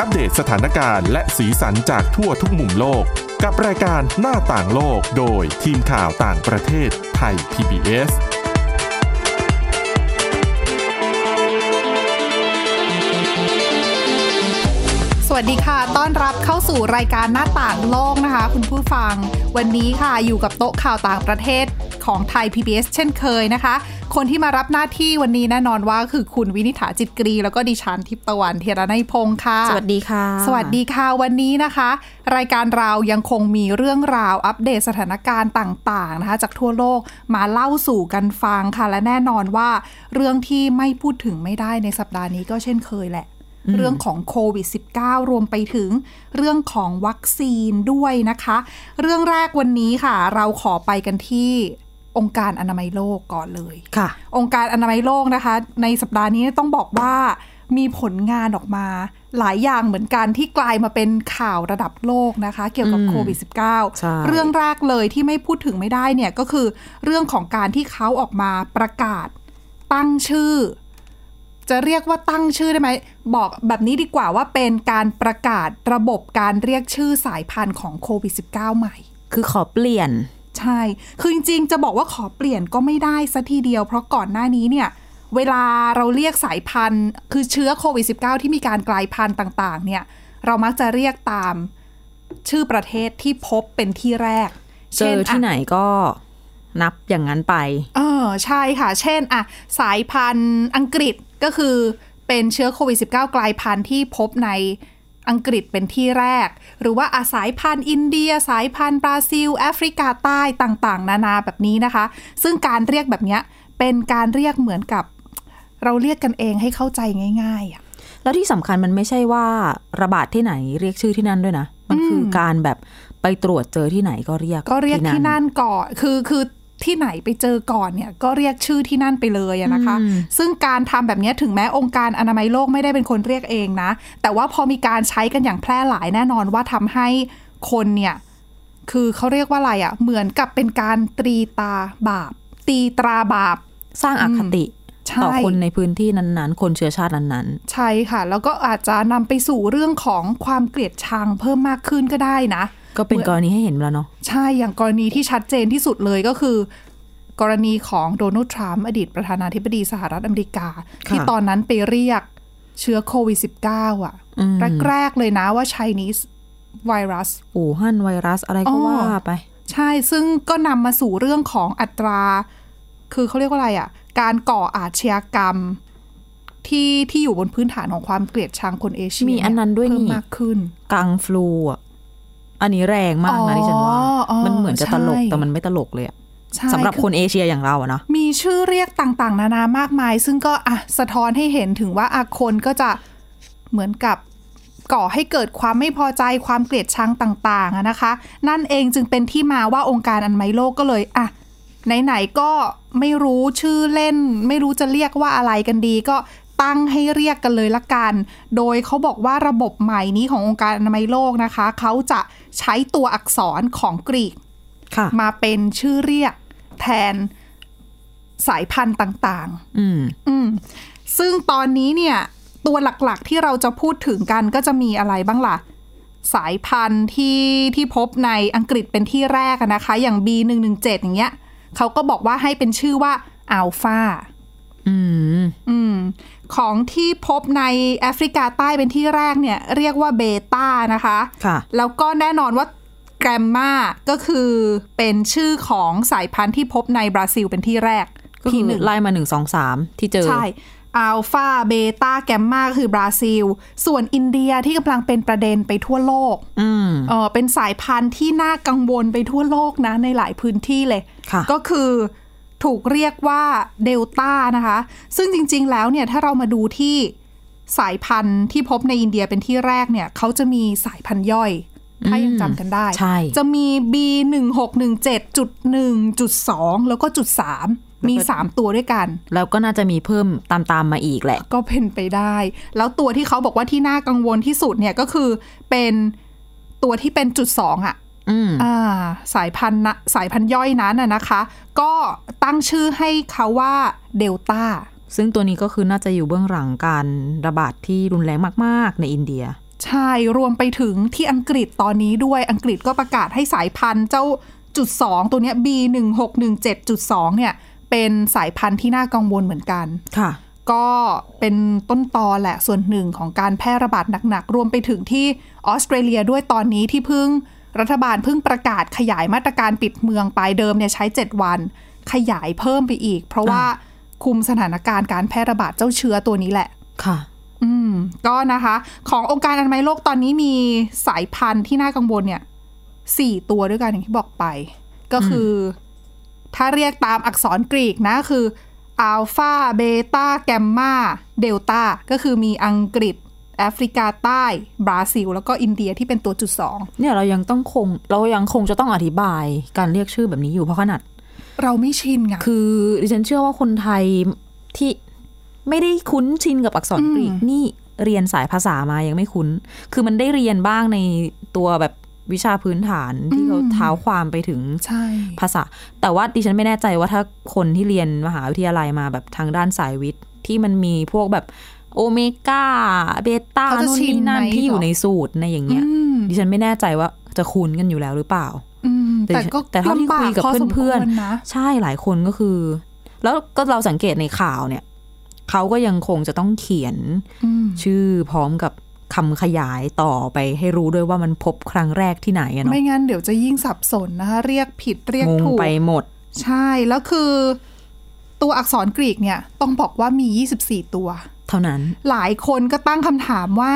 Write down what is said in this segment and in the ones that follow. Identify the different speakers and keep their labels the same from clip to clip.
Speaker 1: อัปเดตสถานการณ์และสีสันจากทั่วทุกมุมโลก กับรายการหน้าต่างโลกโดยทีมข่าวต่างประเทศไทย PBS
Speaker 2: สวัสดีค่ะ ต้อนรับเข้าสู่รายการหน้าต่างโลกนะคะ คุณผู้ฟัง วันนี้ค่ะอยู่กับโต๊ะข่าวต่างประเทศของไทย PBS เช่นเคยนะคะ คนที่มารับหน้าที่วันนี้แน่นอนว่าคือคุณวินิษฐาจิตกรี แล้วก็ดิฉันทิพย์ตะวันเทระนัยพงค์ค่ะ
Speaker 3: สวัสดีค่ะ
Speaker 2: สวัสดีค่ะวันนี้นะคะ รายการเรายังคงมีเรื่องราวอัปเดตสถานการณ์ต่างๆนะคะ จากทั่วโลกมาเล่าสู่กันฟังค่ะ และแน่นอนว่า เรื่องที่ไม่พูดถึงไม่ได้ในสัปดาห์นี้ก็เช่นเคยแหละ เรื่องของโควิด -19 รวมไปถึงเรื่องของวัคซีนด้วยนะคะ เรื่องแรกวันนี้ค่ะ เราขอไปกันที่องค์การอนามัยโลกก่อนเลย
Speaker 3: ค่ะ
Speaker 2: องค์การอนามัยโลกนะคะ ในสัปดาห์นี้ต้องบอกว่ามีผลงานออกมา หลายอย่างเหมือนกันที่กลายมาเป็นข่าวระดับโลกนะคะ เกี่ยวกับ
Speaker 3: อืม
Speaker 2: โควิด
Speaker 3: ใช่
Speaker 2: -19 เรื่องแรกเลยที่ไม่พูดถึงไม่ได้เนี่ยก็คือเรื่องของการที่เขาออกมาประกาศตั้งชื่อ จะเรียกว่าตั้งชื่อได้ไหม บอกแบบนี้ดีกว่าว่าเป็นการประกาศระบบการเรียกชื่อสายพันธุ์ของโควิด -19 ใหม่
Speaker 3: คือขอเปลี่ยน
Speaker 2: ใช่ คือจริงๆ จะบอกว่าขอเปลี่ยนก็ไม่ได้ซะทีเดียว เพราะก่อนหน้านี้เนี่ย เวลาเราเรียกสายพันธุ์ คือเชื้อโควิด -19 ที่มีการกลายพันธุ์ต่างๆ เนี่ย เรามักจะเรียกตามชื่อประเทศที่พบเป็นที่แรก
Speaker 3: เจอที่ไหนก็นับอย่างนั้นไป
Speaker 2: เออ ใช่ค่ะ เช่นอะสายพันธุ์อังกฤษก็คือเป็นเชื้อโควิด -19 กลายพันธุ์ที่พบในอังกฤษเป็นที่แรก หรือว่าอะสายพันธุ์อินเดีย สายพันธุ์บราซิล แอฟริกาใต้ต่างๆ นานาแบบนี้นะคะ ซึ่งการเรียกแบบเนี้ยเป็นการเรียกเหมือนกับ เราเรียกกันเองให้เข้าใจง่ายๆอะ
Speaker 3: แล้วที่สำคัญมันไม่ใช่ว่าระบาดที่ไหนเรียกชื่อที่นั่นด้วยนะ มันคือการแบบไปตรวจเจอที่ไหนก็เรียก
Speaker 2: ก็เรียกที่นั่นก่อน คือคือที่ไหนไปเจอก่อนเนี่ยก็เรียกชื่อที่นั่นไปเลยอะนะคะ ซึ่งการทำแบบเนี้ยถึงแม้องค์การอนามัยโลกไม่ได้เป็นคนเรียกเองนะ แต่ว่าพอมีการใช้กันอย่างแพร่หลายแน่นอนว่าทำให้คนเนี่ย คือเขาเรียกว่าอะไรอะเหมือนกับเป็นการตรีตาบาป ตีตราบาป
Speaker 3: สร้างอคติ
Speaker 2: ใช่
Speaker 3: ต่อคนในพื้นที่นั้นๆ คนเชื้อชาตินั้น
Speaker 2: ใช่ค่ะ แล้วก็อาจจะนำไปสู่เรื่องของความเกลียดชังเพิ่มมากขึ้นก็ได้นะ
Speaker 3: ๆ ก็เป็นกรณีให้เห็นแล้วเนาะ
Speaker 2: ใช่ อย่างกรณีที่ชัดเจนที่สุดเลยก็คือ กรณีของโดนัลด์ทรัมป์อดีตประธานาธิบดีสหรัฐอเมริกา
Speaker 3: ค่ะ
Speaker 2: ที่ตอนนั้นไปเรียกเชื้อโควิด -19 อ่ะ
Speaker 3: อืม
Speaker 2: แรก ๆ เลยนะว่า Chinese virus
Speaker 3: อู่ฮั่นไวรัสอะไรก็ว่าไป
Speaker 2: ใช่ ซึ่งก็นำมาสู่เรื่องของอัตรา คือเขาเรียกว่าอะไรอ่ะ การก่ออาชญากรรมที่ที่อยู่บนพื้นฐานของความเกลียดชังคนเอเชีย
Speaker 3: มีอันนั้นด้วย
Speaker 2: เพิ่ม
Speaker 3: นี่
Speaker 2: มากขึ้น
Speaker 3: กังฟลูอะอันนี้แรงมากนะที่ฉันว่า
Speaker 2: อ๋ออ๋อ
Speaker 3: มันเหมือนจะตลก
Speaker 2: ใช่
Speaker 3: แต่มันไม่ตลกเลยอะ
Speaker 2: ใช่
Speaker 3: สำหรับคนเอเชียอย่างเราอะเนาะ
Speaker 2: มีชื่อเรียกต่าง ๆ นานามากมาย ซึ่งก็อ่ะสะท้อนให้เห็นถึงว่าอะคนก็จะเหมือนกับก่อให้เกิดความไม่พอใจความเกลียดชังต่างๆอะนะคะ นั่นเองจึงเป็นที่มาว่าองค์การอนามัยโลกก็เลยอ่ะไหน ๆ ก็ไม่รู้ชื่อเล่น ไม่รู้จะเรียกว่าอะไรกันดี ก็ตั้งให้เรียกกันเลยละกัน โดยเขาบอกว่าระบบใหม่นี้ขององค์การอนามัยโลกนะคะเขาจะใช้ตัวอักษรของกรีก
Speaker 3: ค่ะ
Speaker 2: มาเป็นชื่อเรียกแทนสายพันธุ์ต่าง
Speaker 3: อืม
Speaker 2: ๆ อืม ซึ่งตอนนี้เนี่ย ตัวหลักๆที่เราจะพูดถึงกันก็จะมีอะไรบ้างล่ะ สายพันธุ์ที่ที่พบในอังกฤษเป็นที่แรกอะนะคะ อย่าง B117 อย่างเงี้ยเขาก็บอกว่าให้เป็นชื่อว่าอัลฟา
Speaker 3: อืม
Speaker 2: อืมของที่พบในแอฟริกาใต้เป็นที่แรกเนี่ย เรียกว่าเบต้านะคะ
Speaker 3: ค่ะ
Speaker 2: แล้วก็แน่นอนว่าแกรมมาก็คือเป็นชื่อของสายพันธุ์ที่พบในบราซิลเป็นที่แรก
Speaker 3: ก็คือไล่มาหนึ่งสองสามที่เจอ
Speaker 2: ใช่อัลฟาเบต้าแกมมาคือบราซิล ส่วนอินเดียที่กำลังเป็นประเด็นไปทั่วโลก
Speaker 3: อืม
Speaker 2: เออเป็นสายพันธุ์ที่น่ากังวลไปทั่วโลกนะ ในหลายพื้นที่เลย
Speaker 3: ค่ะ
Speaker 2: ก็คือถูกเรียกว่าเดลต้านะคะ ซึ่งจริง ๆ แล้วเนี่ยถ้าเรามาดูที่สายพันธุ์ที่พบในอินเดียเป็นที่แรกเนี่ยเขาจะมีสายพันธุ์ย่อย ถ้ายังจำกันได้
Speaker 3: ใช่
Speaker 2: จะมี B 1 6 1 7 1 2 แล้วก็จุด3มี 3 ตัวด้วยกัน
Speaker 3: แล้วก็น่าจะมีเพิ่มตามๆมาอีกแหละ
Speaker 2: ก็เป็นไปได้ แล้วตัวที่เขาบอกว่าที่น่ากังวลที่สุดเนี่ยก็คือเป็นตัวที่เป็นจุดสองอ่ะ
Speaker 3: อืม
Speaker 2: อ่าสายพันธุ์นะสายพันธุ์ย่อยนั้นน่ะนะคะ ก็ตั้งชื่อให้เขาว่าเดลต้า
Speaker 3: ซึ่งตัวนี้ก็คือน่าจะอยู่เบื้องหลังการระบาดที่รุนแรงมาก ๆ ในอินเดีย
Speaker 2: ใช่รวมไปถึงที่อังกฤษตอนนี้ด้วยอังกฤษก็ประกาศให้สายพันธุ์เจ้าจุดสองตัวเนี้ย B หนึ่งหกหนึ่งเจ็ดจุดสองเนี่ย เป็นสายพันธุ์ที่น่ากังวลเหมือนกัน
Speaker 3: ค่ะ
Speaker 2: ก็เป็นต้นตอแหละส่วนหนึ่งของการแพร่ระบาดหนักๆ รวมไปถึงที่ออสเตรเลียด้วยตอนนี้ที่เพิ่งรัฐบาลเพิ่งประกาศขยายมาตรการปิดเมืองไปเดิมเนี่ยใช้ 7 วัน ขยายเพิ่มไปอีก เพราะว่าคุมสถานการณ์การแพร่ระบาดเจ้าเชื้อตัวนี้แหละ
Speaker 3: ค่ะ
Speaker 2: อืมก็นะคะ ขององค์การอนามัยโลกตอนนี้มีสายพันธุ์ที่น่ากังวลเนี่ยสี่ตัวด้วยกันอย่างที่บอกไป ก็คืออถ้าเรียกตามอักษรกรีกนะคืออัลฟาเบต้าแกมมาเดลต้าก็คือมีอังกฤษ แอฟริกาใต้ บราซิล แล้วก็อินเดียที่เป็นตัวจุดสอง
Speaker 3: เนี่ยเรายังต้องคงเรายังคงจะต้องอธิบายการเรียกชื่อแบบนี้อยู่เพราะขนาด
Speaker 2: เราไม่ชินไง
Speaker 3: คือดิฉันเชื่อว่าคนไทยที่ไม่ได้คุ้นชินกับอักษรกรีกนี่เรียนสายภาษามายังไม่คุ้น คือมันได้เรียนบ้างในตัวแบบวิชาพื้นฐานที่เขา
Speaker 2: อืม
Speaker 3: เท้าความไปถึง
Speaker 2: ใช่
Speaker 3: ภาษา แต่ว่าดิฉันไม่แน่ใจว่าถ้าคนที่เรียนมหาวิทยาลัยมาแบบทางด้านสายวิทย์ ที่มันมีพวกแบบโอเมก้าเบต้าโน่นนี่นั่นที่อยู่ในสูตรในอย่างเงี้ย
Speaker 2: อืม
Speaker 3: ดิฉันไม่แน่ใจว่าจะคุ้นกันอยู่แล้วหรือเปล่า
Speaker 2: อืมแต่ก็
Speaker 3: แต่เท่าที่คุยกับ
Speaker 2: ลำา
Speaker 3: เพื่อน
Speaker 2: พ
Speaker 3: ๆ
Speaker 2: สมควรนะ
Speaker 3: ใช่หลายคนก็คือ แล้วก็เราสังเกตในข่าวเนี่ยเขาก็ยังคงจะต้องเขียน
Speaker 2: อืม
Speaker 3: ชื่อพร้อมกับคำขยายต่อไปให้รู้ด้วยว่ามันพบครั้งแรกที่ไหนอะเนาะ
Speaker 2: ไม่งั้นเดี๋ยวจะยิ่งสับสนนะคะเรียกผิดเรียก
Speaker 3: งง
Speaker 2: ถูก
Speaker 3: ไปหมด
Speaker 2: ใช่ แล้วคือตัวอักษรกรีกเนี่ย ต้องบอกว่ามี 24 ตัว
Speaker 3: เท่านั้น
Speaker 2: หลายคนก็ตั้งคำถามว่า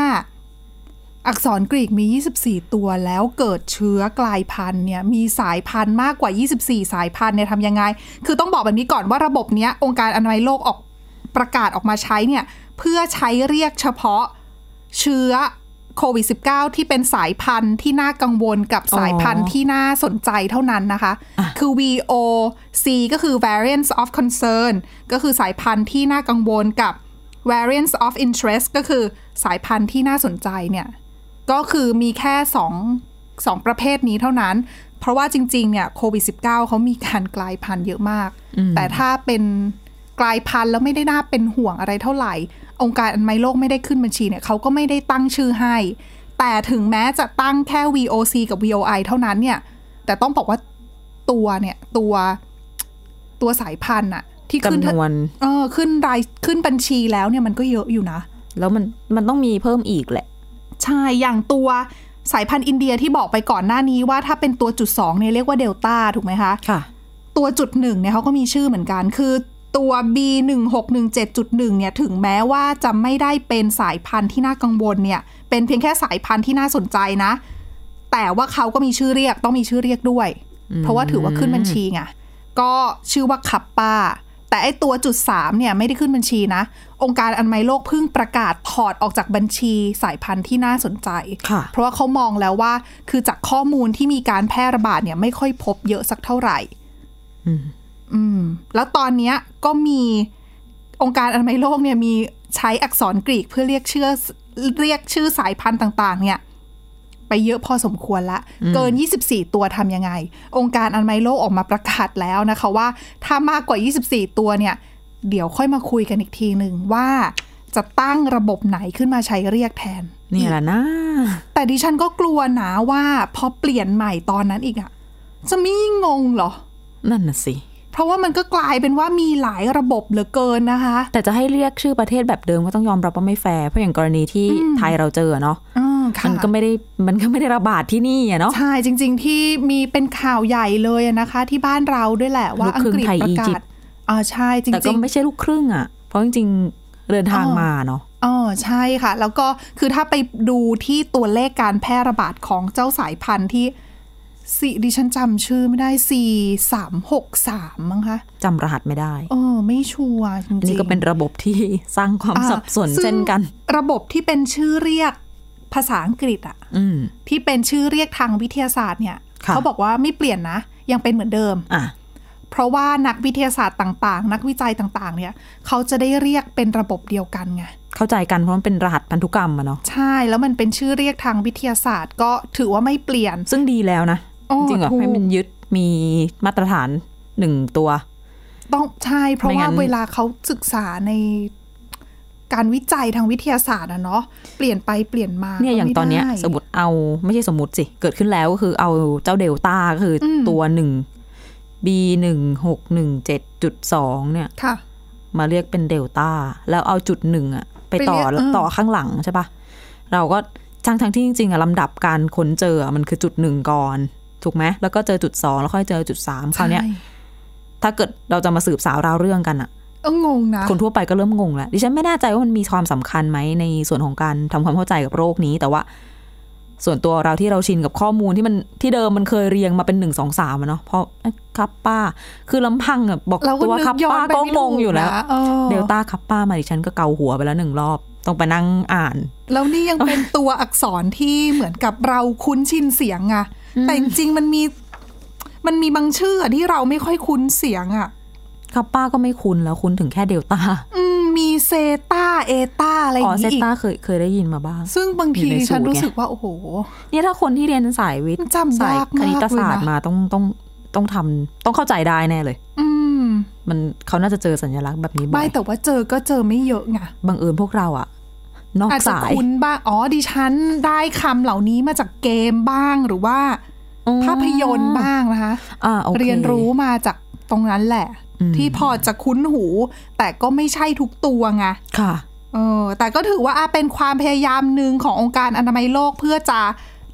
Speaker 2: อักษรกรีกมี 24 ตัวแล้วเกิดเชื้อกลายพันธุ์เนี่ย มีสายพันธุ์มากกว่า 24 สายพันธุ์เนี่ยทำยังไง คือต้องบอกแบบนี้ก่อนว่าระบบเนี้ย องค์การอนามัยโลกออกประกาศออกมาใช้เนี่ย เพื่อใช้เรียกเฉพาะเชื้อโควิด -19 ที่เป็นสายพันธุ์ที่น่ากังวลกับ
Speaker 3: อ๋อ
Speaker 2: สายพันธุ์ที่น่าสนใจเท่านั้นนะคะ คือ VOC ก็คือ variants of concern ก็คือสายพันธุ์ที่น่ากังวลกับ variants of interest ก็คือสายพันธุ์ที่น่าสนใจเนี่ย ก็คือมีแค่สองสองประเภทนี้เท่านั้น เพราะว่าจริงๆ เนี่ยโควิด -19 เขามีการกลายพันธุ์เยอะมาก แต่ถ้าเป็นกลายพันธุ์แล้วไม่ได้น่าเป็นห่วงอะไรเท่าไหร่ องค์การอนามัยโลกไม่ได้ขึ้นบัญชีเนี่ยเขาก็ไม่ได้ตั้งชื่อให้ แต่ถึงแม้จะตั้งแค่ VOC กับ VOI เท่านั้นเนี่ย แต่ต้องบอกว่าตัวเนี่ยตัวตัวสายพันธุ์อะที่ขึ้น
Speaker 3: จำนวน
Speaker 2: เออขึ้นรายขึ้นบัญชีแล้วเนี่ยมันก็เยอะอยู่นะ
Speaker 3: แล้วมันมันต้องมีเพิ่มอีกแหละ
Speaker 2: ใช่ อย่างตัวสายพันธุ์อินเดียที่บอกไปก่อนหน้านี้ว่าถ้าเป็นตัวจุดสองเนี่ยเรียกว่าเดลต้าถูกไหมคะ
Speaker 3: ค่ะ
Speaker 2: ตัวจุดหนึ่งเนี่ยเขาก็มีชื่อเหมือนกัน คือตัว B 1 6 1 7 1เนี่ยถึงแม้ว่าจะไม่ได้เป็นสายพันธุ์ที่น่ากังวลเนี่ย เป็นเพียงแค่สายพันธุ์ที่น่าสนใจนะ แต่ว่าเขาก็มีชื่อเรียกต้องมีชื่อเรียกด้วย เพราะว่าถือว่าขึ้นบัญชีไงก็ชื่อว่าขับป้า แต่ไอตัวจุดสามเนี่ยไม่ได้ขึ้นบัญชีนะ องค์การอนามัยโลกเพิ่งประกาศถอดออกจากบัญชีสายพันธุ์ที่น่าสนใจ
Speaker 3: ค่ะ
Speaker 2: เพราะว่าเขามองแล้วว่าคือจากข้อมูลที่มีการแพร่ระบาดเนี่ยไม่ค่อยพบเยอะสักเท่าไหร่ อืมแล้วตอนเนี้ยก็มีองค์การอนามัยโลกเนี่ยมีใช้อักษรกรีกเพื่อเรียกเชื่อเรียกชื่อสายพันธุ์ต่างๆ เนี่ย ไปเยอะพอสมควรละ เกิน 24 ตัวทำยังไง องค์การอนามัยโลกออกมาประกาศแล้วนะคะว่าถ้ามากกว่า 24 ตัวเนี่ย เดี๋ยวค่อยมาคุยกันอีกทีหนึ่งว่าจะตั้งระบบไหนขึ้นมาใช้เรียกแทน
Speaker 3: เนี่ยแหละนะ
Speaker 2: แต่ดิฉันก็กลัวนะว่าพอเปลี่ยนใหม่ตอนนั้นอีกอะจะไม่ยิ่งงงเหรอ
Speaker 3: นั่นน่ะสิ
Speaker 2: เพราะว่ามันก็กลายเป็นว่ามีหลายระบบเหลือเกินนะคะ
Speaker 3: แต่จะให้เรียกชื่อประเทศแบบเดิมก็ต้องยอมรับว่าไม่แฟร์เพราะอย่างกรณีที่ไทยเราเจอเนาะ
Speaker 2: อืมค่ะ
Speaker 3: มันก็ไม่ได้มันก็ไม่ได้ระบาดที่นี่อะเนาะ
Speaker 2: ใช่จริง ๆ ที่มีเป็นข่าวใหญ่เลยอะนะคะ ที่บ้านเราด้วยแหละว่า
Speaker 3: ลูก
Speaker 2: อัง
Speaker 3: ครึ่ง
Speaker 2: กฤษ
Speaker 3: ไทย
Speaker 2: ป
Speaker 3: อี
Speaker 2: ระ
Speaker 3: ยิ
Speaker 2: กา
Speaker 3: ป
Speaker 2: ศ
Speaker 3: ต์
Speaker 2: อ่าใช่จ
Speaker 3: แต่ก็
Speaker 2: ริง
Speaker 3: ไม่ใช่ลูกครึ่งอะเพราะจริงๆเดินทาง
Speaker 2: อ๋อ
Speaker 3: มาเนาะ
Speaker 2: ๆอ๋อใช่ค่ะ แล้วก็คือถ้าไปดูที่ตัวเลขการแพร่ระบาดของเจ้าสายพันธุ์ที่สี่ดิฉันจำชื่อไม่ได้สี่สามหกสามมั้งคะ
Speaker 3: จำรหัสไม่ได้
Speaker 2: เออไม่ชัวร์จริง
Speaker 3: อัน
Speaker 2: ๆ
Speaker 3: นี้ก็เป็นระบบที่ สร้างความ
Speaker 2: อ่า
Speaker 3: สับสน
Speaker 2: ซึ่ง
Speaker 3: เช่นกัน
Speaker 2: ระบบที่เป็นชื่อเรียกภาษาอังกฤษอะ
Speaker 3: อืม
Speaker 2: ที่เป็นชื่อเรียกทางวิทยาศาสตร์เนี่ย
Speaker 3: ค่ะ
Speaker 2: เขาบอกว่าไม่เปลี่ยนนะ ยังเป็นเหมือนเดิม
Speaker 3: อ่ะ
Speaker 2: เพราะว่านักวิทยาศาสตร์ต่างๆ นักวิจัยต่างๆ เนี่ย เขาจะได้เรียกเป็นระบบเดียวกันไง
Speaker 3: เข้าใจกันเพราะมันเป็นรหัสพันธุกรรมอะเนาะ
Speaker 2: ใช่ แล้วมันเป็นชื่อเรียกทางวิทยาศาสตร์ ก็ถือว่าไม่เปลี่ยน
Speaker 3: ซึ่งดีแล้วนะ
Speaker 2: อ๋อ
Speaker 3: จริงๆอะ
Speaker 2: ถูก
Speaker 3: ให้มันยึดมีมาตรฐานหนึ่งตัว
Speaker 2: ต้องใช่ เพราะ
Speaker 3: ไม่
Speaker 2: ว่า
Speaker 3: งั้น
Speaker 2: เวลาเขาศึกษาใน การวิจัยทางวิทยาศาสตร์อะเนาะเปลี่ยนไปเปลี่ยนมา
Speaker 3: เนี่ยอย่าง
Speaker 2: ก็ไม่
Speaker 3: ตอนเนี้ย
Speaker 2: ได้
Speaker 3: สมมติเอาไม่ใช่สมมติสิ เกิดขึ้นแล้วก็คือเอาเจ้าเดลต้าก็คืออ
Speaker 2: ม
Speaker 3: ตัวหนึ่ง B หนึ่งหกหนึ่งเจ็ดจุดสองเนี่ย
Speaker 2: ค่ะ
Speaker 3: มาเรียกเป็นเดลต้าแล้วเอาจุดหนึ่งอะไปต่อ
Speaker 2: ไปเรียกเออ
Speaker 3: ต่อข้างหลังใช่ปะเราก็ทั้งทั้งที่จริงๆอะลำดับการค้นเจออะมันคือจุดหนึ่งก่อน ถูกไหมแล้วก็เจอจุดสองแล้วค่อยเจอจุดสามคราวเนี้ย
Speaker 2: ใช่
Speaker 3: ถ้าเกิดเราจะมาสืบสาวราวเรื่องกันอะ
Speaker 2: เอองงนะ
Speaker 3: คนทั่วไปก็เริ่มงงแล้ว ดิฉันไม่แน่ใจว่ามันมีความสำคัญไหมในส่วนของการทำความเข้าใจกับโรคนี้ แต่ว่า ส่วนตัวเราที่เราชินกับข้อมูลที่มันที่เดิมมันเคยเรียงมาเป็นหนึ่งสองสามอะเนาะเพราะเอ๊ะครับป้า คือลำพังอะบอก
Speaker 2: เราก็
Speaker 3: ตัว
Speaker 2: นึ
Speaker 3: ครับ
Speaker 2: กย้อ
Speaker 3: ป้าน
Speaker 2: ไป
Speaker 3: ก็
Speaker 2: ไม่
Speaker 3: ง
Speaker 2: ถู
Speaker 3: งอยู่แล้ว
Speaker 2: นะออ
Speaker 3: เดลต้าครับป้ามาดิฉันก็เกาหัวไปแล้วหนึ่งรอบ ต้องไปนั่งอ่าน
Speaker 2: แล้วนี่ยังเป็นตัวอักษรที่เหมือนกับเราคุ้นชินเสียงอะแต่จริงๆมันมี มันมีบางชื่ออะที่เราไม่ค่อยคุ้นเสียงอะ
Speaker 3: ครับป้าก็ไม่คุ้นแล้วคุ้นถึงแค่เดลต้า
Speaker 2: อืมมีเซต้าเอต้าอะไรอ
Speaker 3: อ๋อย่าง เซ
Speaker 2: นี้อีก
Speaker 3: ต้าเคยเคยได้ยินมาบ้าง
Speaker 2: ซึ่งบางที
Speaker 3: อยู่ในสูตร
Speaker 2: ฉันรู้สึกว่า โอ้โห
Speaker 3: เนี่ยถ้าคนที่เรียนสายวิทย์
Speaker 2: มันจำ
Speaker 3: สาย
Speaker 2: ยากมาก
Speaker 3: คณิตศาสต
Speaker 2: เลย
Speaker 3: ร์
Speaker 2: นะ
Speaker 3: มาต้องต้องต้องทำต้องเข้าใจได้แน่เลย
Speaker 2: อืม
Speaker 3: มันเขาน่าจะเจอสัญลักษณ์แบบนี้บ่
Speaker 2: ไม่
Speaker 3: อย
Speaker 2: แต่ว่าเจอก็เจอไม่เยอะไง
Speaker 3: บังเอิญพวกเราอะนอก
Speaker 2: อาจจะ
Speaker 3: สาย
Speaker 2: คุ้นบ้างอ๋อดิฉันได้คำเหล่านี้มาจากเกมบ้างหรือว่า
Speaker 3: อ๋อ
Speaker 2: ภาพยนตร์บ้างนะคะ
Speaker 3: อ่าโอค
Speaker 2: เรียนรู้มาจากตรงนั้นแหละ
Speaker 3: อืม
Speaker 2: ที่พอจะคุ้นหู แต่ก็ไม่ใช่ทุกตัวไง
Speaker 3: ค่ะ
Speaker 2: เออแต่ก็ถือว่าอ่ะเป็นความพยายามหนึ่งขององค์การอนามัยโลกเพื่อจะ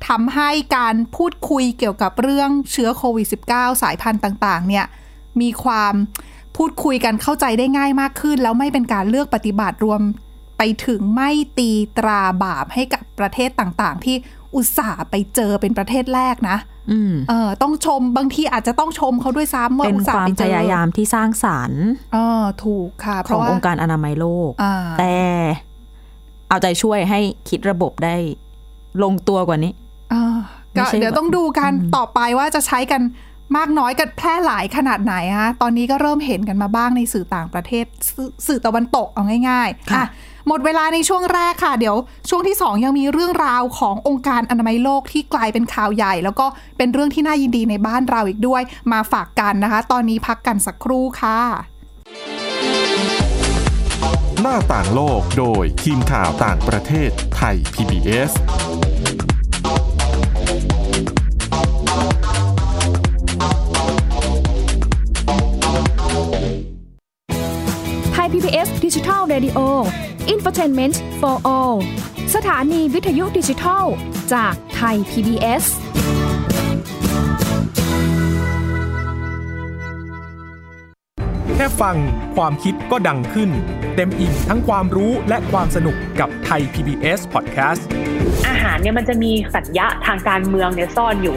Speaker 2: ทำให้การพูดคุยเกี่ยวกับเรื่องเชื้อโควิด -19 สายพันธุ์ต่าง ๆ เนี่ย มีความพูดคุยกันเข้าใจได้ง่ายมากขึ้น แล้วไม่เป็นการเลือกปฏิบัติรวมไปถึงไม่ตีตราบาปให้กับประเทศต่างๆ ที่อุตส่าห์ไปเจอเป็นประเทศแรกนะ
Speaker 3: อืม
Speaker 2: เออต้องชมบางทีอาจจะต้องชมเขาด้วยซ้ำว่า
Speaker 3: เป็น
Speaker 2: อุต
Speaker 3: ค
Speaker 2: ส่าห์
Speaker 3: วาม
Speaker 2: ไป
Speaker 3: พ
Speaker 2: เจอย
Speaker 3: ายามที่สร้างสรรค์
Speaker 2: เออถูกค่ะ เพ
Speaker 3: ขอ
Speaker 2: ราะ
Speaker 3: ง
Speaker 2: ว่า
Speaker 3: องค์การอนามัยโลก
Speaker 2: อ่า
Speaker 3: แต่ เอาใจช่วยให้คิดระบบได้ลงตัวกว่านี้
Speaker 2: เออก็
Speaker 3: ไม่ใช่
Speaker 2: เดี๋ยวต้องดูกันต่อไปว่าจะใช้กันมากน้อยกันแพร่หลายขนาดไหนฮะตอนนี้ก็เริ่มเห็นกันมาบ้างในสื่อต่างประเทศสอสื่อตะวันตกเอาง่ายๆ
Speaker 3: ค่ะ
Speaker 2: อ่ะหมดเวลาในช่วงแรกค่ะ เดี๋ยวช่วงที่สองยังมีเรื่องราวขององค์การอนามัยโลกที่กลายเป็นข่าวใหญ่ แล้วก็เป็นเรื่องที่น่ายินดีในบ้านเราอีกด้วย มาฝากกันนะคะ ตอนนี้พักกันสักครู่ค่ะ
Speaker 1: หน้าต่างโลกโดยทีมข่าวต่างประเทศไทย PBS
Speaker 4: ไทย PBS d i g i ดิจิ Radio Infotainment for All สถานีวิทยุดิจิทัล จากไทย PBS
Speaker 5: แค่ฟังความคิดก็ดังขึ้น เต็มอิ่งทั้งความรู้และความสนุกกับไทย PBS Podcast
Speaker 6: อาหารเนี่ยมันจะมีสัญญะทางการเมืองเนี่ยซ่อนอยู่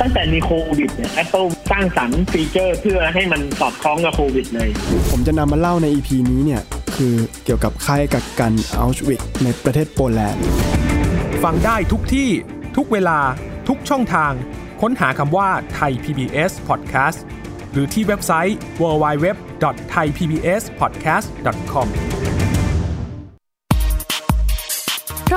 Speaker 7: ตั้งแต่มีโควิดเนี่ย Apple สร้างสรรค์ฟีเจอร์เพื่อให้มันสอดคล้องกับโควิดเลย
Speaker 8: ผมจะนำมาเล่าใน EP นี้เนี่ย คือเกี่ยวกับค่ายกักกันอัลชวิกในประเทศโปแลนด์
Speaker 5: ฟังได้ทุกที่ ทุกเวลา ทุกช่องทาง ค้นหาคำว่าไทย PBS Podcast หรือที่เว็บไซต์ www.thaipbspodcast.com
Speaker 4: เพร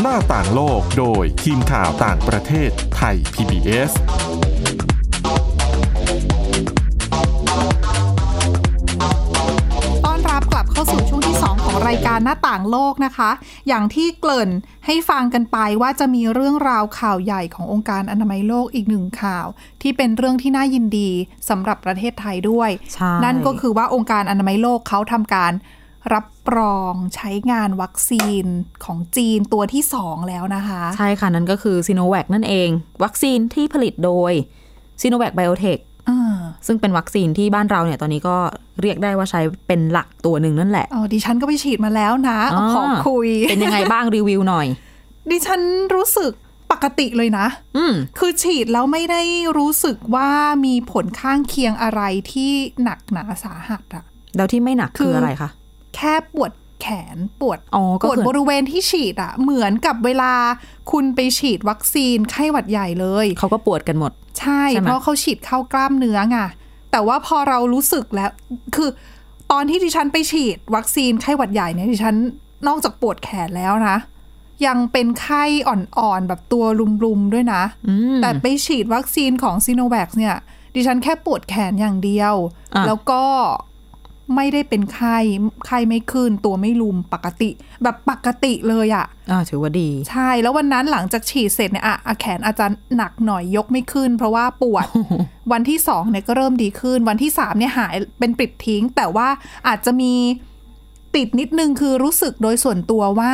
Speaker 1: หน้าต่างโลกโดยทีมข่าวต่างประเทศไทย PBS
Speaker 2: ต้อนรับกลับเข้าสู่ช่วงที่ 2 ของรายการหน้าต่างโลกนะคะ อย่างที่เกริ่นให้ฟังกันไปว่าจะมีเรื่องราวข่าวใหญ่ขององค์การอนามัยโลกอีกหนึ่งข่าว ที่เป็นเรื่องที่น่ายินดีสำหรับประเทศไทยด้วย
Speaker 3: ใช่
Speaker 2: นั่นก็คือว่าองค์การอนามัยโลกเขาทำการ รับรองใช้งานวัคซีนของจีนตัวที่ 2 แล้วนะคะ
Speaker 3: ใช่ค่ะ นั่นก็คือซีโนแว c นั่นเอง วัคซีนที่ผลิตโดยซีโนแว c ไบโอเทค
Speaker 2: อ่า
Speaker 3: ซึ่งเป็นวัคซีนที่บ้านเราเนี่ยตอนนี้ก็เรียกได้ว่าใช้เป็นหลักตัวหนึ่งนั่นแหละ
Speaker 2: อ๋อดิฉันก็ไปฉีดมาแล้วนะเอา
Speaker 3: อ่า
Speaker 2: ของคุย
Speaker 3: เป็นยังไงบ้าง รีวิวหน่อย
Speaker 2: ดิฉันรู้สึกปกติเลยนะ
Speaker 3: อืม
Speaker 2: คือฉีดแล้วไม่ได้รู้สึกว่ามีผลข้างเคียงอะไรที่หนักหนาสาหัสอะ
Speaker 3: แล้วที่ไม่หนัก
Speaker 2: คื
Speaker 3: คือ ออะไรคะ
Speaker 2: แค่ปวดแขนปวด
Speaker 3: อ๋อ ก็
Speaker 2: ปวด
Speaker 3: คือบ
Speaker 2: ริเวณที่ฉีดอะเหมือนกับเวลาคุณไปฉีดวัคซีนไข้หวัดใหญ่เลย
Speaker 3: เขาก็ปวดกันหมด
Speaker 2: ใช่
Speaker 3: ใช่ไหม
Speaker 2: เพราะเขาฉีดเข้ากล้ามเนื้อไงแต่ว่าพอเรารู้สึกแล้ว คือตอนที่ดิฉันไปฉีดวัคซีนไข้หวัดใหญ่เนี่ยดิฉันนอกจากปวดแขนแล้วนะ ยังเป็นไข้อ่อนๆแบบตัวรุมๆด้วยนะ
Speaker 3: อืม
Speaker 2: แต่ไปฉีดวัคซีนของซีโนแวคเนี่ย ดิฉันแค่ปวดแขนอย่างเดียว
Speaker 3: อ่ะ
Speaker 2: แล้วก็ไม่ได้เป็นไข้ไข้ไม่ขึ้น ตัวไม่ลุมปกติ แบบปกติเลยอะ
Speaker 3: อ่าถือว่าดี
Speaker 2: ใช่ แล้ววันนั้นหลังจากฉีดเสร็จเนี่ยอะอ่ะแขนอาจารย์หนักหน่อยยกไม่ขึ้น เพราะว่าป วด วันที่สองเนี่ยก็เริ่มดีขึ้น วันที่สามเนี่ยหายเป็นปลิดทิ้ง แต่ว่าอาจจะมีติดนิดนึงคือรู้สึกโดยส่วนตัวว่า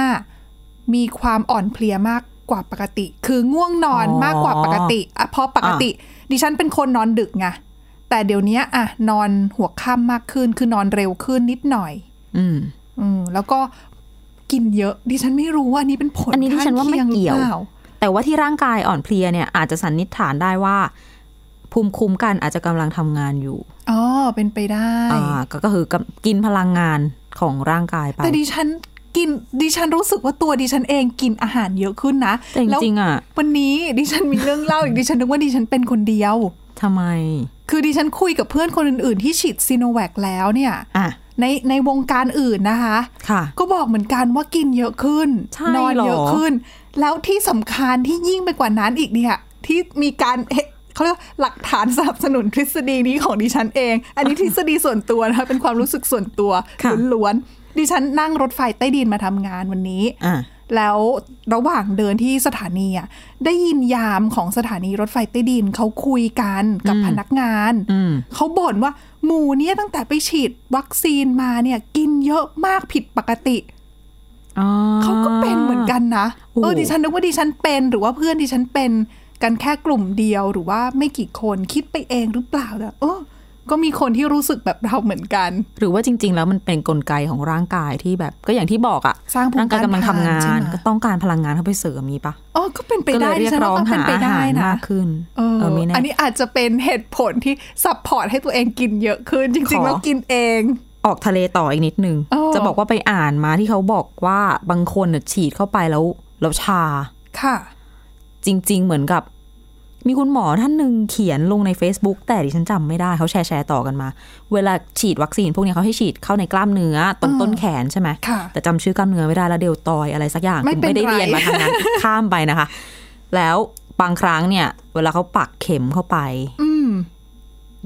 Speaker 2: มีความอ่อนเพลียมากกว่าปกติ คือง่วงนอน
Speaker 3: อ๋อ
Speaker 2: มากกว่าปกติอะเพราะปกติ ดิฉันเป็นคนนอนดึกไงแต่เดี๋ยวเนี้ยอะนอนหัวค่ำมากขึ้น คือนอนเร็วขึ้นนิดหน่อย
Speaker 3: ืม
Speaker 2: อืมแล้วก็กินเยอะ ดิฉันไม่รู้ว่าอันนี้เป็นผล
Speaker 3: อันนี้ดิฉันว่าไม่
Speaker 2: ข้งคีงหรือ
Speaker 3: เกี่
Speaker 2: ป
Speaker 3: ยว
Speaker 2: ล่า
Speaker 3: แต่ว่าที่ร่างกายอ่อนเพลียเนี่ยอาจจะสันนิษฐานได้ว่า ภูมิคุ้มกันอาจจะกำลังทำงานอยู่
Speaker 2: อ๋อเป็นไปได้
Speaker 3: อ่าก็ก็คือกำกินพลังงานของร่างกายไป
Speaker 2: แต่ดิฉันกินดิฉันรู้สึกว่าตัวดิฉันเองกินอาหารเยอะขึ้นนะ
Speaker 3: แต่จ
Speaker 2: แล้ว
Speaker 3: ริงๆอ่ะ
Speaker 2: วันนี้ดิฉันมีเรื่องเล่าอีกดิฉันนึกว่าดิฉันเป็นคนเดียว
Speaker 3: ทำไม
Speaker 2: คือดิฉันคุยกับเพื่อนคนอื่นๆ ที่ฉีดซีโนแวคแล้วเนี่ย
Speaker 3: อ่ะ
Speaker 2: ในในวงการอื่นนะคะ
Speaker 3: ค่ะ
Speaker 2: ก็บอกเหมือนกันว่ากินเยอะขึ้น
Speaker 3: ใช่
Speaker 2: นอนเยอะ
Speaker 3: เหรอ
Speaker 2: ขึ้น แล้วที่สำคัญที่ยิ่งไปกว่านั้นอีกเนี่ย ที่มีการเอ๊ะเขาเรียกว่าหลักฐานสนับสนุนทฤษฎีนี้ของดิฉันเอง อันนี้ทฤษฎีส่วนตัวนะคะเป็นความรู้สึกส่วนตัว
Speaker 3: ค่ะ
Speaker 2: ล้วนๆดิฉันนั่งรถไฟใต้ดินมาทำงานวันนี้
Speaker 3: อ่ะ
Speaker 2: แล้วระหว่างเดินที่สถานีอ่ะได้ยินยามของสถานีรถไฟใต้ดินเขาคุยกันกับ
Speaker 3: อืม
Speaker 2: พนักงาน
Speaker 3: อืม
Speaker 2: เขาบ่นว่าหมูเนี่ยตั้งแต่ไปฉีดวัคซีนมาเนี่ยกินเยอะมากผิดปกติ
Speaker 3: อ๋อ
Speaker 2: เขาก็เป็นเหมือนกันนะ
Speaker 3: โอ้โห
Speaker 2: เออดิฉันนึกว่าดิฉันเป็นหรือว่าเพื่อนดิฉันเป็นกันแค่กลุ่มเดียวหรือว่าไม่กี่คนคิดไปเองหรือเปล่าแต่เออก็มีคนที่รู้สึกแบบเราเหมือนกัน
Speaker 3: หรือว่าจริง ๆ แล้วมันเป็นกลไกของร่างกายที่แบบก็อย่างที่บอกอะ
Speaker 2: สร้างภูมิ
Speaker 3: ร่างกายกำลังทำ
Speaker 2: ต้านทา
Speaker 3: งา
Speaker 2: นใช่
Speaker 3: น
Speaker 2: ไหม
Speaker 3: ก็ต้องการพลังงานเข้าไปเสริมนี้ปะ
Speaker 2: อ๋อก็เป็นไป
Speaker 3: ก็เล
Speaker 2: ได้
Speaker 3: ยเรี
Speaker 2: ดิ
Speaker 3: ย
Speaker 2: ฉั
Speaker 3: ก
Speaker 2: น
Speaker 3: ร้อง
Speaker 2: ว่าก็เป็
Speaker 3: หาน
Speaker 2: ไป
Speaker 3: อา
Speaker 2: ได้
Speaker 3: หาร
Speaker 2: นะ
Speaker 3: มากขึ้น
Speaker 2: เออ
Speaker 3: ไมีแน่
Speaker 2: อันนี้อาจจะเป็นเหตุผลที่ซัพพอร์ตให้ตัวเองกินเยอะขึ้น จริง
Speaker 3: ขอ
Speaker 2: ๆ แล้วกินเอง
Speaker 3: ออกทะเลต่ออีกนิดนึง
Speaker 2: เออ
Speaker 3: จะบอกว่าไปอ่านมาที่เขาบอกว่าบางคนน่ะฉีดเข้าไปแล้วแล้วชา
Speaker 2: ค่ะ
Speaker 3: จริง ๆ เหมือนกับ มีคุณหมอท่านหนึ่งเขียนลงใน Facebook แต่ดิฉันจำไม่ได้เขาแชร์แชร์ต่อกันมา เวลาฉีดวัคซีนพวกเนี้ยเขาให้ฉีดเข้าในกล้ามเนื้อตรง
Speaker 2: อ่า
Speaker 3: ต้นแขนใช่ไหม
Speaker 2: ค่ะ
Speaker 3: แต่จำชื่อกล้ามเนื้อไม่ได้แล้วเดลตอยอะไรสักอย่าง
Speaker 2: ไม่เป็น
Speaker 3: ผได้
Speaker 2: ไร
Speaker 3: เรียนมาทางนั้น ข้ามไปนะคะ แล้วบางครั้งเนี่ย เวลาเขาปักเข็มเข้าไป
Speaker 2: อืม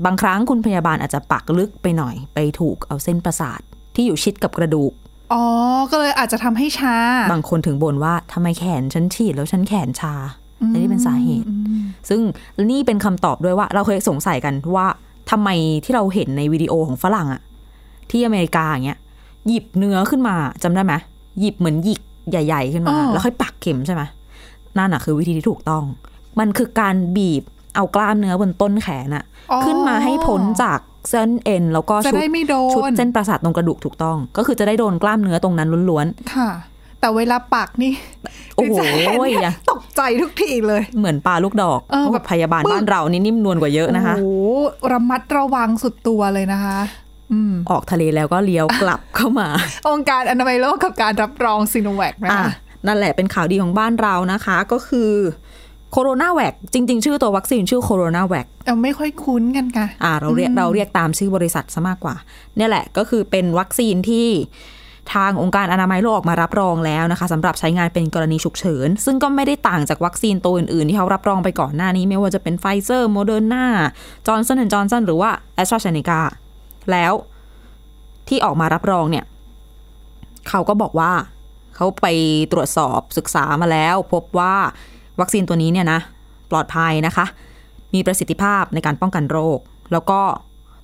Speaker 3: บางครั้งคุณพยาบาลอาจจะปักลึกไปหน่อย ไปถูกเอาเส้นประสาทที่อยู่ชิดกับกระดูก
Speaker 2: อ๋อ ก็เลยอาจจะทำให้ชา
Speaker 3: บางคนถึงบ่นว่าทำไมแขนฉันฉีดแล้วฉันแขนชาอันนี้เป็นสาเหตุ ซึ่งนี่เป็นคำตอบด้วยว่าเราเคยสงสัยกันว่าทำไมที่เราเห็นในวิดีโอของฝรั่งอะที่อเมริกาอย่างเงี้ยหยิบเนื้อขึ้นมาจำได้ไหมหยิบเหมือนหยิกใหญ่ ๆ ขึ้นมา
Speaker 2: อ๋อ
Speaker 3: แล้วค่อยปักเข็มใช่ไหมนั่นอะคือวิธีที่ถูกต้อง มันคือการบีบเอากล้ามเนื้อบนต้นแขนอะ
Speaker 2: อ๋อ
Speaker 3: ขึ้นมาให้พ้นจากเส้นเอ็นแล้วก็
Speaker 2: จะ
Speaker 3: ชุด
Speaker 2: ได้ไม่โดน
Speaker 3: ชุดเส้นประสาทตรงกระดูกถูกต้อง ก็คือจะได้โดนกล้ามเนื้อตรงนั้นล้วนๆ
Speaker 2: ค่ะ แต่เวลาปักนี่
Speaker 3: โอ้โห
Speaker 2: ดิฉันเนี่ย ตกใจทุกทีเลย
Speaker 3: เหมือนปลาลูกดอก
Speaker 2: เออ
Speaker 3: โอ้
Speaker 2: แบบ
Speaker 3: พยาบาล
Speaker 2: ปึ๊ก
Speaker 3: บ้านเรานี่นิ่มนวลกว่าเยอะนะคะ
Speaker 2: โอ้โหระมัดระวังสุดตัวเลยนะคะ อืม
Speaker 3: ออกทะเลแล้วก็เลี้ยวกลับเข้ามา
Speaker 2: องค์การอนามัยโลกกับการรับรองซีโนแวคนะ
Speaker 3: อ่ะ
Speaker 2: คะ
Speaker 3: นั่นแหละเป็นข่าวดีของบ้านเรานะคะ ก็คือโคโรนาแว c จริง ๆ ชื่อตัววัคซีนชื่อโคโรนาแว c
Speaker 2: เอาไม่ค่อยคุ้นกันค่ะ
Speaker 3: อ่ะเราเรียกเราเรียกตามชื่อบริษัทซะมากกว่า เนี่ยแหละก็คือเป็นวัคซีนที่ทางองค์การอนามัยโลกออกมารับรองแล้วนะคะสำหรับใช้งานเป็นกรณีฉุกเฉิน ซึ่งก็ไม่ได้ต่างจากวัคซีนตัวอื่น ๆ ที่เขารับรองไปก่อนหน้านี้ ไม่ว่าจะเป็นไฟเซอร์โมเดอร์นาจอร์นสันจอร์นสันหรือว่าแอสตราเซเนกาแล้วที่ออกมารับรองเนี่ย เขาก็บอกว่าเขาไปตรวจสอบศึกษามาแล้ว พบว่าวัคซีนตัวนี้เนี่ยนะปลอดภัยนะคะ มีประสิทธิภาพในการป้องกันโรค แล้วก็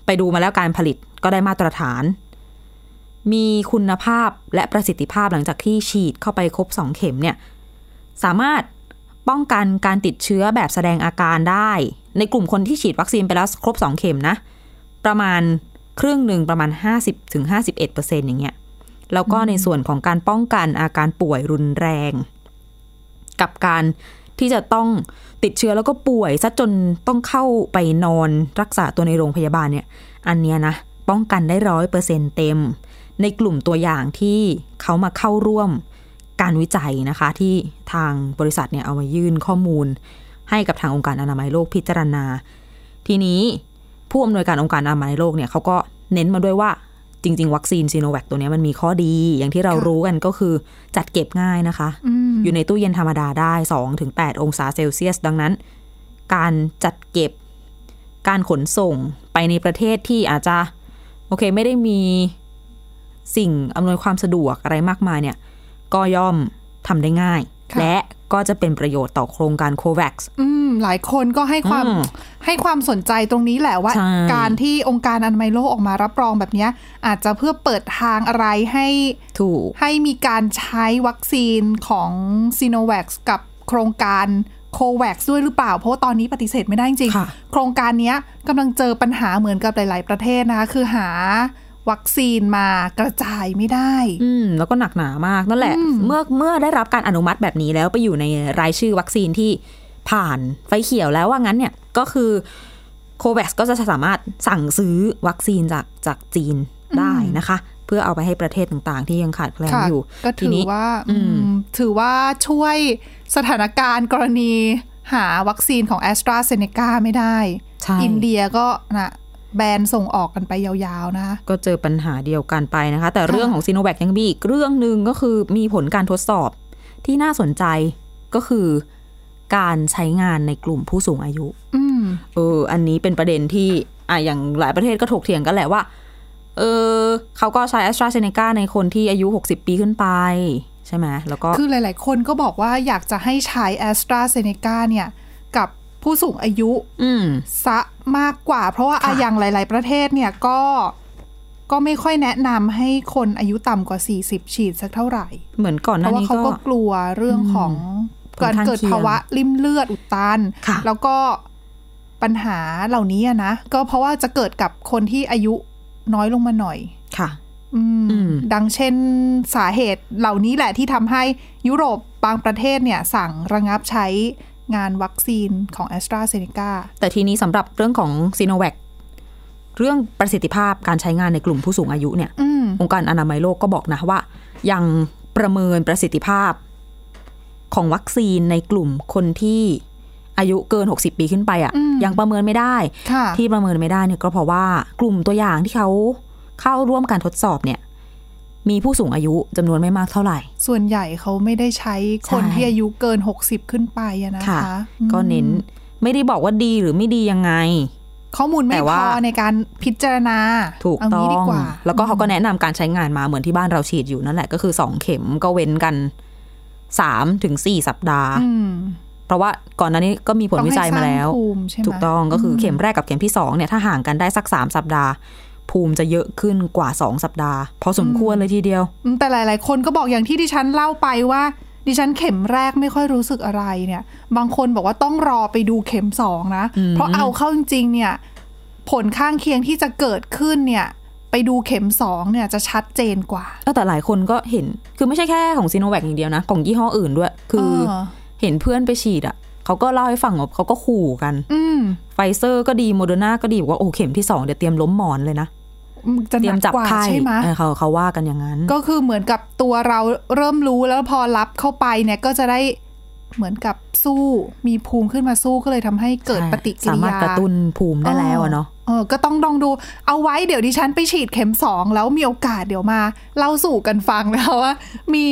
Speaker 3: ไปดูมาแล้วการผลิตก็ได้มาตรฐาน มีคุณภาพและประสิทธิภาพหลังจากที่ฉีดเข้าไปครบ 2 เข็มเนี่ยสามารถป้องกันการติดเชื้อแบบแสดงอาการได้ ในกลุ่มคนที่ฉีดวัคซีนไปแล้วครบ 2 เข็มนะ ประมาณครึ่งหนึ่งประมาณ 50-51%อย่างเงี้ยแล้วก็ในส่วนของการป้องกันอาการป่วยรุนแรง กับการที่จะต้องติดเชื้อแล้วก็ป่วยซะจนต้องเข้าไปนอนรักษาตัวในโรงพยาบาลเนี่ย อันเนี้ยนะ ป้องกันได้ร้อยเปอร์เซ็นเต็ม ในกลุ่มตัวอย่างที่เขามาเข้าร่วมการวิจัยนะคะ ที่ทางบริษัทเนี่ยเอามายื่นข้อมูล ให้กับทางองค์การอนามัยโลกพิจารณา ทีนี้ผู้อำนวยการองค์การอนามัยโลกเนี่ยเขาก็เน้นมาด้วยว่าจริง ๆ วัคซีนซีโนแวคตัวเนี้ยมันมีข้อดี อย่างที่เรารู้กันก็คือจัดเก็บง่ายนะคะ อยู่ในตู้เย็นธรรมดาได้ 2-8 องศาเซลเซียส ดังนั้น การจัดเก็บ การขนส่งไปในประเทศที่อาจจะ โอเคไม่ได้มีสิ่งอำนวยความสะดวกอะไรมากมายเนี่ย ก็ย่อมทำได้ง่าย
Speaker 2: ค่ะ
Speaker 3: และก็จะเป็นประโยชน์ต่อโครงการโควัค
Speaker 2: อืมหลายคนก็ให้ความ
Speaker 3: อืม
Speaker 2: ให้ความสนใจตรงนี้แหละว่า
Speaker 3: ใช่
Speaker 2: การที่องค์การอนามัยโลกออกมารับรองแบบเนี้ย อาจจะเพื่อเปิดทางอะไรให้
Speaker 3: ถูก
Speaker 2: ให้มีการใช้วัคซีนของซีโนแวคกับโครงการโควัคด้วยหรือเปล่า เพราะว่าตอนนี้ปฏิเสธไม่ได้จริงๆ
Speaker 3: ค่ะ
Speaker 2: โครงการเนี้ยกำลังเจอปัญหาเหมือนกับหลาย ๆ ประเทศนะคะ คือหาวัคซีนมากระจายไม่ได้
Speaker 3: อืมแล้วก็หนักหนามากนั่นแหละ เมื่อเมื่อได้รับการอนุมัติแบบนี้แล้วไปอยู่ในรายชื่อวัคซีนที่ผ่านไฟเขียวแล้วว่างั้นเนี่ยก็คือโควัคก็จะสามารถสั่งซื้อวัคซีนจากจากจีนได้นะคะ เพื่อเอาไปให้ประเทศต่างๆ ที่ยังขาดแคลน
Speaker 2: ค่ะ
Speaker 3: อยู่
Speaker 2: ก็
Speaker 3: ที
Speaker 2: ถือ
Speaker 3: นี้
Speaker 2: ว่า
Speaker 3: อืม
Speaker 2: อืมถือว่าช่วยสถานการณ์กรณีหาวัคซีนของแอสตราเซเนกาไม่ได้
Speaker 3: ใช่
Speaker 2: อินเดียก็นะแบนส่งออกกันไปยาวๆนะ
Speaker 3: ก็เจอปัญหาเดียวกันไปนะคะ แต่เรื่องของซีโนแวคยังมีอีกเรื่องหนึ่งก็คือมีผลการทดสอบที่น่าสนใจก็คือการใช้งานในกลุ่มผู้สูงอายุ
Speaker 2: อืม
Speaker 3: เออ อันนี้เป็นประเด็นที่อ่ะอย่างหลายประเทศก็ถกเถียงกันแหละว่า เออ เขาก็ใช้ a s t r a z เซ e c a ในคนที่อายุ 60 ปีขึ้นไป ใช่ไหม แล้วก็
Speaker 2: คือหลายๆ คนก็บอกว่าอยากจะให้ใช้แอสตราเซเนกาเนี่ย กับผู้สูงอายุ
Speaker 3: อืม
Speaker 2: ซะมากกว่า เพราะว่าอะอย่างหลาย ๆ ประเทศเนี่ยก็ก็ไม่ค่อยแนะนำให้คนอายุต่ำกว่า 40 ฉีดสักเท่าไหร่
Speaker 3: เหมือนก่อนห
Speaker 2: เพ
Speaker 3: น้า
Speaker 2: ราะว่า
Speaker 3: นี้
Speaker 2: เขา
Speaker 3: ก็
Speaker 2: ก็กลัวเรื่องของ
Speaker 3: ผล
Speaker 2: การ
Speaker 3: ข้าง
Speaker 2: เกิด
Speaker 3: เคียง
Speaker 2: ภาวะริ่มเลือดอุดตัน
Speaker 3: ค่ะ
Speaker 2: แล้วก็ปัญหาเหล่านี้อะนะ ก็เพราะว่าจะเกิดกับคนที่อายุน้อยลงมาหน่อย
Speaker 3: ค่ะ
Speaker 2: อืม
Speaker 3: อืม
Speaker 2: ดังเช่นสาเหตุเหล่านี้แหละที่ทำให้ยุโรปบางประเทศเนี่ย สั่งระงับใช้งานวัคซีนของแอสตราเซเนกา
Speaker 3: แต่ทีนี้สำหรับเรื่องของซีโนแว c เรื่องประสิทธิภาพการใช้งานในกลุ่มผู้สูงอายุเนี่ย
Speaker 2: อืม
Speaker 3: องค์การอนามัยโลกก็บอกนะว่า ยังประเมินประสิทธิภาพของวัคซีนในกลุ่มคนที่อายุเกิน 60 ปีขึ้นไปอะ่ะ
Speaker 2: อืม
Speaker 3: ยังประเมินไม่ได้
Speaker 2: ค่ะ
Speaker 3: ที่ประเมินไม่ได้เนี่ยก็เพราะว่ากลุ่มตัวอย่างที่เขาเข้าร่วมการทดสอบเนี่ย มีผู้สูงอายุจำนวนไม่มากเท่าไหร่
Speaker 2: ส่วนใหญ่เขาไม่ได้ใช้คน
Speaker 3: ใช่
Speaker 2: ที่อายุเกิน 60 ขึ้นไปอะนะคะอืม
Speaker 3: ก็เน้นไม่ได้บอกว่าดีหรือไม่ดียังไง
Speaker 2: ข้อมูลไม่
Speaker 3: แต่
Speaker 2: พ
Speaker 3: ว่า
Speaker 2: อในการพิจารณา
Speaker 3: ถูก
Speaker 2: เอา
Speaker 3: ต้อ
Speaker 2: งี้ดี
Speaker 3: ง
Speaker 2: กว่า
Speaker 3: แล้วก็เขาก็แนะนำการใช้งานมาเหมือนที่บ้านเราฉีดอยู่นั่นแหละก็คือ 2 เข็มก็เว้นกัน3ถึง4สัปดาห์
Speaker 2: อืม
Speaker 3: เพราะว่าก่อนหน้านี้ก็มีผลวิจัยมาแล้ว
Speaker 2: ต้องให้สร้งภูมิใช่ไหม
Speaker 3: ถูกต้องก็คือเข็มแรกกับเข็มที่สองเนี่ยถ้าห่างกันได้สักสามสัปดาห์ ภูมิจะเยอะขึ้นกว่าสองสัปดาห์ พอสมควรเลยทีเดียว
Speaker 2: อืมแต่หลาย ๆ คนก็บอกอย่างที่ดิฉันเล่าไปว่า ดิฉันเข็มแรกไม่ค่อยรู้สึกอะไรเนี่ย บางคนบอกว่าต้องรอไปดูเข็มสองนะ
Speaker 3: อืม
Speaker 2: เพราะเอาเข้าจริง ๆ เนี่ย ผลข้างเคียงที่จะเกิดขึ้นเนี่ย ไปดูเข็มสองเนี่ยจะชัดเจนกว่า
Speaker 3: เอ้าแต่หลายคนก็เห็นคือไม่ใช่แค่ของซีโนแวคอย่างเดียวนะ ของยี่ห้ออื่นด้วย คือ
Speaker 2: เออ
Speaker 3: เห็นเพื่อนไปฉีดอ่ะเขาก็เล่าให้ฟังว่าเขาก็ขู่กัน
Speaker 2: อืม
Speaker 3: ไฟเซอร์ก็ดีโมเดอร์นาก็ดีบอกว่าโอ้เข็มที่สองเดี๋ยวเตรียมล้มหมอนเลยนะ
Speaker 2: จะห
Speaker 3: เตรี
Speaker 2: นั
Speaker 3: ยม
Speaker 2: ก
Speaker 3: จับ
Speaker 2: กว่า
Speaker 3: ไข้
Speaker 2: ใช่ไหม
Speaker 3: เออเขาเขาว่ากันอย่างนั้น
Speaker 2: ก็คือเหมือนกับตัวเราเริ่มรู้แล้วพอรับเข้าไปเนี่ยก็จะได้เหมือนกับสู้มีภูมิขึ้นมาสู้ก็เลยทำให้เกิด
Speaker 3: ใช่
Speaker 2: ปฏิกิริยา
Speaker 3: สามารถกระตุ้นภูมิได้แล้วอะเนาะ
Speaker 2: เออก็ต้องลองดูเอาไว้เดี๋ยวดิฉันไปฉีดเข็มสองแล้วมีโอกาสเดี๋ยวมา เล่าสู่กันฟังนะคะว่า มี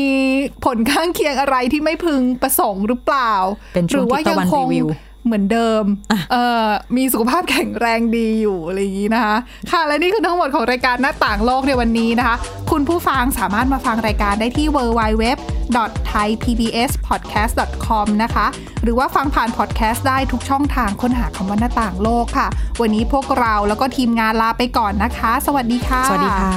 Speaker 2: ผลข้างเคียงอะไรที่ไม่พึงประสงค์หรือเปล่า
Speaker 3: เป็นช่
Speaker 2: ห
Speaker 3: ว
Speaker 2: รื
Speaker 3: ง
Speaker 2: ว่า
Speaker 3: ที่ตะวันรีวิว
Speaker 2: เหมือนเดิมเออมีสุขภาพแข็งแรงดีอยู่อะไรอย่างนี้นะคะ ค่ะและนี่คือทั้งหมดของรายการหน้าต่างโลกในวันนี้นะคะ คุณผู้ฟังสามารถมาฟังรายการได้ที่ www.thaipbspodcast.com นะคะ หรือว่าฟังผ่านพอดแคสต์ได้ทุกช่องทางค้นหาคำว่าหน้าต่างโลกค่ะ วันนี้พวกเราแล้วก็ทีมงานลาไปก่อนนะคะ สวัสดีค่ะ
Speaker 3: สวัสดีค่ะ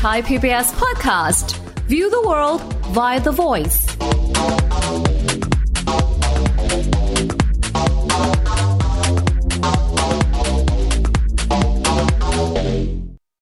Speaker 3: Thai PBS podcast. View the world via the voice.